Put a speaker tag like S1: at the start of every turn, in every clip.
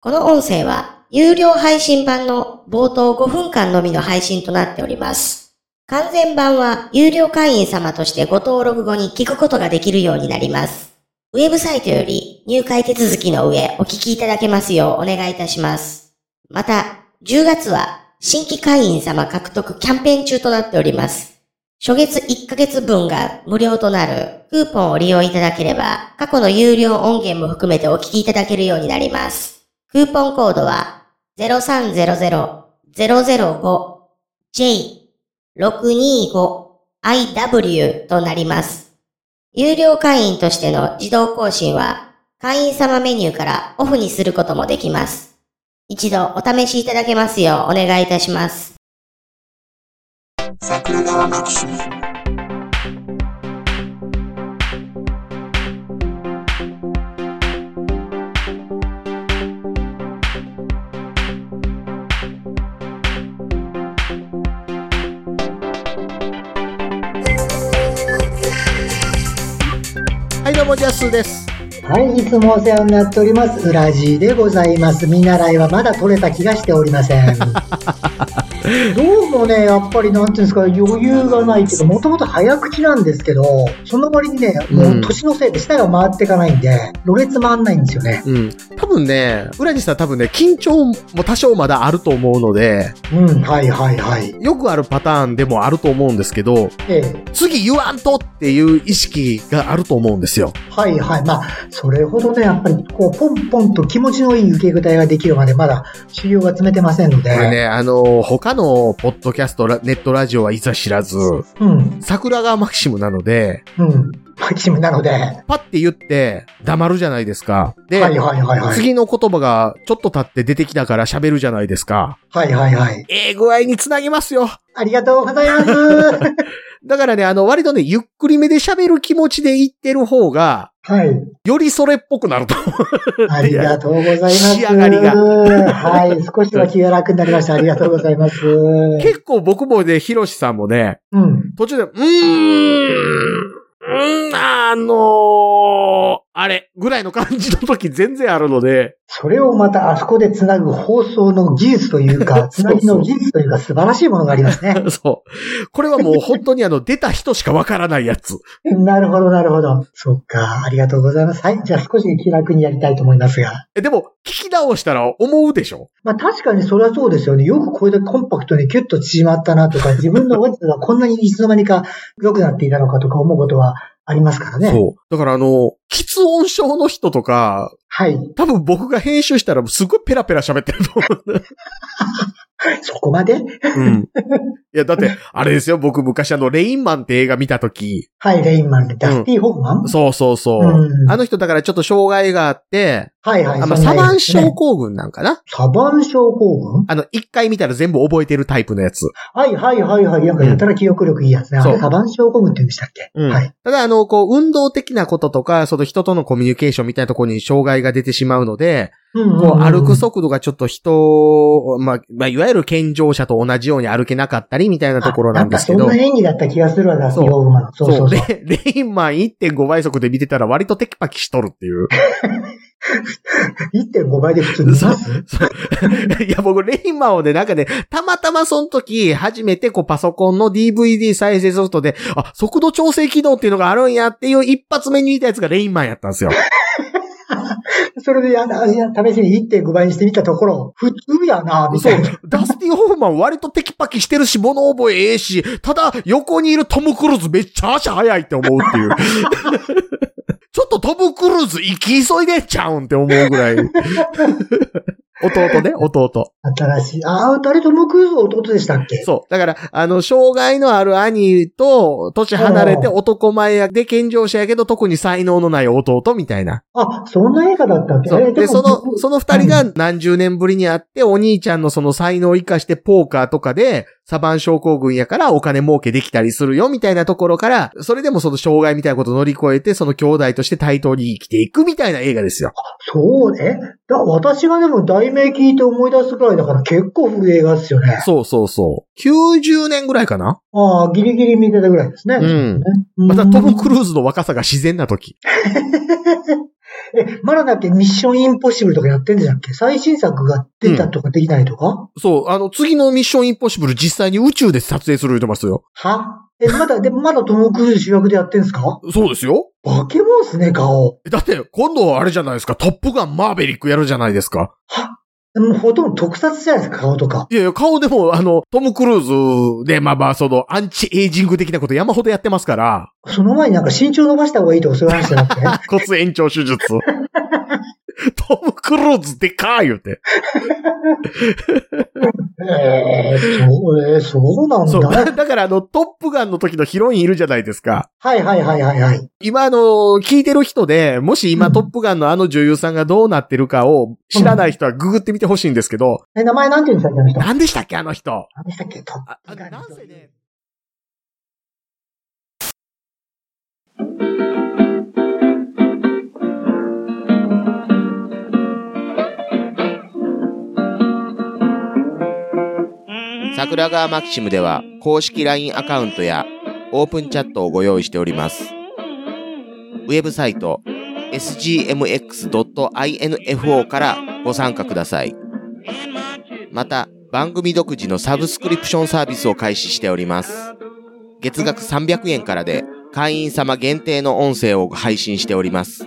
S1: この音声は有料配信版の冒頭5分間のみの配信となっております。完全版は有料会員様としてご登録後に聞くことができるようになります。ウェブサイトより入会手続きの上お聞きいただけますようお願いいたします。また、10月は新規会員様獲得キャンペーン中となっております。初月1ヶ月分が無料となるクーポンを利用いただければ、過去の有料音源も含めてお聞きいただけるようになります。クーポンコードは 0300-005J625IW となります。有料会員としての自動更新は、会員様メニューからオフにすることもできます。一度お試しいただけますようお願いいたします。
S2: 桜川マキシム
S3: はい、どうも、ジャスです。
S4: はい、いつもお世話になっております。ウラジーでございます。見習いはまだ取れた気がしておりません。どうもね、やっぱりなんていうんですか、余裕がないっていうか、もともと早口なんですけど、その割にね、もう年のせいで舌が回っていかないんで、ろれつ回んないんですよね。
S3: うん。多分ね、浦西さん多分ね、緊張も多少まだあると思うので、
S4: うん、はいはいはい。
S3: よくあるパターンでもあると思うんですけど、
S4: ええ、
S3: 次言わんとっていう意識があると思うんですよ。
S4: はいはい。まあ、それほどね、やっぱり、こう、ポンポンと気持ちのいい受け答えができるまで、まだ修行が詰めてませんので。
S3: これね、あの、他のポッドキャスト、ラネットラジオはいざ知らず、
S4: うん、
S3: 桜川マキシムなので、
S4: うん。マキシムなので。は
S3: パッて言って黙るじゃないですか。
S4: い
S3: で、
S4: はいはいはい。
S3: 次の言葉がちょっと経って出てきたから喋るじゃないですか。
S4: はいはいはい。
S3: ええ具合につなぎますよ。
S4: ありがとうございます。 は
S3: だからね、あの、割とね、ゆっくりめで喋る気持ちで言ってる方が、
S4: い。
S3: よりそれっぽくなると。
S4: ありがとうございます。
S3: 仕上がりが
S4: はい。少しは気が楽になりました。ありがとうございます。う
S3: 結構僕もね、ヒロシさんもね、
S4: ん。
S3: 途中で、うーん、うーん、あのー、あれ、ぐらいの感じの時全然あるので、
S4: それをまたあそこでつなぐ放送の技術という か、
S3: そう
S4: つ
S3: そう
S4: なぎの技術というか素晴らしいものがあります ね。
S3: そう。これはもう本当にあの、出た人しかわからないやつ。
S4: なるほど、なるほど。そっか。ありがとうございます。はい。じゃあ少し気楽にやりたいと思いますが。
S3: えでも、聞き直したら思うでしょ
S4: まあ確かにそれはそうですよね。よくこれでコンパクトにキュッと縮まったなとか、自分の話術がこんなにいつの間にか良くなっていたのかとか思うことはありますからね。
S3: そう。だからあの、喫音症の人とか、
S4: はい。
S3: 多分僕が編集したらすごいペラペラ喋ってると思う。
S4: そこまで
S3: うん。いや、だって、あれですよ、僕昔あの、レインマンって映画見たとき、
S4: はい、レインマンで、ダッフィー・ホフマン、
S3: そうそうそう。
S4: うん
S3: あの人だからちょっと障害があって、
S4: はいはい。
S3: あまあ、
S4: そ
S3: サ
S4: んな
S3: バ
S4: や
S3: ン
S4: つですね
S3: 症候群なんかな
S4: サバン症候群
S3: あの、一回見たら全部覚えてるタイプのやつ。
S4: はいはいはいはい。なんかやたら記憶力いいやつね。
S3: うん
S4: あ
S3: そう
S4: れサバン症候群って言うんでしたっけ、
S3: うん
S4: はい。
S3: ただ、あの、こう、運動的なこととか、その人とのコミュニケーションみたいなところに障害が出てしまうので、
S4: うんうん
S3: こう、歩く速度がちょっと人、まあ、まあ、いわゆる健常者と同じように歩けなかったりみたいなところなんですけ
S4: あ
S3: ど
S4: なんかそん。な演技だった気がするわ、ダッフィー・ホフマン。そうそうそう。
S3: で、レインマン1.5倍速で見てたら割とテキパキしとるっていう。
S4: 1.5倍で普通に見ます
S3: いや、僕、レインマンをね、なんかね、たまたまその時、初めて、こう、パソコンの DVD 再生ソフトで、あ、速度調整機能っていうのがあるんやっていう一発目に見たやつがレインマンやったんですよ。
S4: それで、あの、いや試しに1.5倍にしてみたところ、普通やな、み
S3: そ
S4: た
S3: う
S4: いな。。
S3: ダスティン・ホフマン割とテキパキしてるし、物覚えええし、ただ、横にいるトム・クルーズめっちゃ足速いって思うっていう。ちょっとトム・クルーズ行き急いでっちゃうんって思うぐらい。弟ね、弟。
S4: 新しい。ああ、誰ともクルーズ弟でしたっけ
S3: そう。だから、あの、障害のある兄と、年離れて男前やで健常者やけど、特に才能のない弟みたいな。
S4: あ、そんな映画だったっけ
S3: そ
S4: え
S3: う。
S4: ーで
S3: で、
S4: も
S3: その、その二人が何十年ぶりに会って、お兄ちゃんのその才能を生かしてポーカーとかで、サバン症候群やからお金儲けできたりするよ、みたいなところから、それでもその障害みたいなことを乗り越えて、その兄弟として対等に生きていくみたいな映画ですよ。
S4: そうね。だ私がでも題名聞いて思い出すくらいだから結構古い映画っすよね。
S3: そうそうそう。90年ぐらいかな
S4: ああ、ギリギリ見てたぐらいですね。
S3: うん。
S4: うん
S3: またトム・クルーズの若さが自然な時。
S4: え、まだだっけミッションインポッシブルとかやってんじゃんけ最新作が出たとかできないとか、
S3: そう、あの、次のミッションインポッシブル実際に宇宙で撮影する言うてますよ。
S4: はえ、まだ、で、まだトム・クルーズ主役でやってんすか
S3: そうですよ。
S4: 化け物っすね、顔。
S3: だって、今度はあれじゃないですか、トップガンマーベリックやるじゃないですか。
S4: もうほとんど特撮じゃないですか、顔とか。
S3: いやいや、顔でも、あの、トム・クルーズで、まあまあ、その、アンチエイジング的なこと山ほどやってます から、
S4: その前になんか身長伸ばした方がいいとかそういう話じゃ なくて。
S3: 骨延長手術。 トム・クルーズでかー言うて。
S4: えー、そう、えーそうなん
S3: そう。だ
S4: だ。
S3: だから、あの、トップガンの時のヒロインいるじゃないですか。
S4: はいはいはいはいはい。
S3: 今、あの、聞いてる人で、もし今、
S4: うん
S3: トップガンのあの女優さんがどうなってるかを知らない人はググってみてほしいんですけど、
S4: え、名前なんて言うんです か、あの人。
S3: 何でしたっけ、あの人。
S4: 何でしたっけ、ト
S3: あ、
S4: ッ
S3: あ
S4: プガン
S3: な
S4: の
S3: ん
S4: 人
S3: せね。
S2: 桜川マキシムでは公式 LINE アカウントやオープンチャットをご用意しております。ウェブサイト sgmx.info からご参加ください。また、番組独自のサブスクリプションサービスを開始しております。月額300円からで会員様限定の音声を配信しております。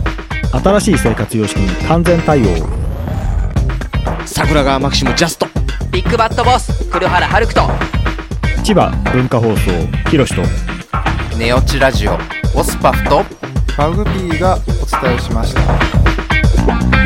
S5: 新しい生活様式に完全対応
S2: 桜川マキシムジャスト。
S6: ビッグバットボス黒原遥人
S5: 千葉文化放送ひろしと
S7: ネオチラジオ。オスパフと
S8: マグピーがお伝えしました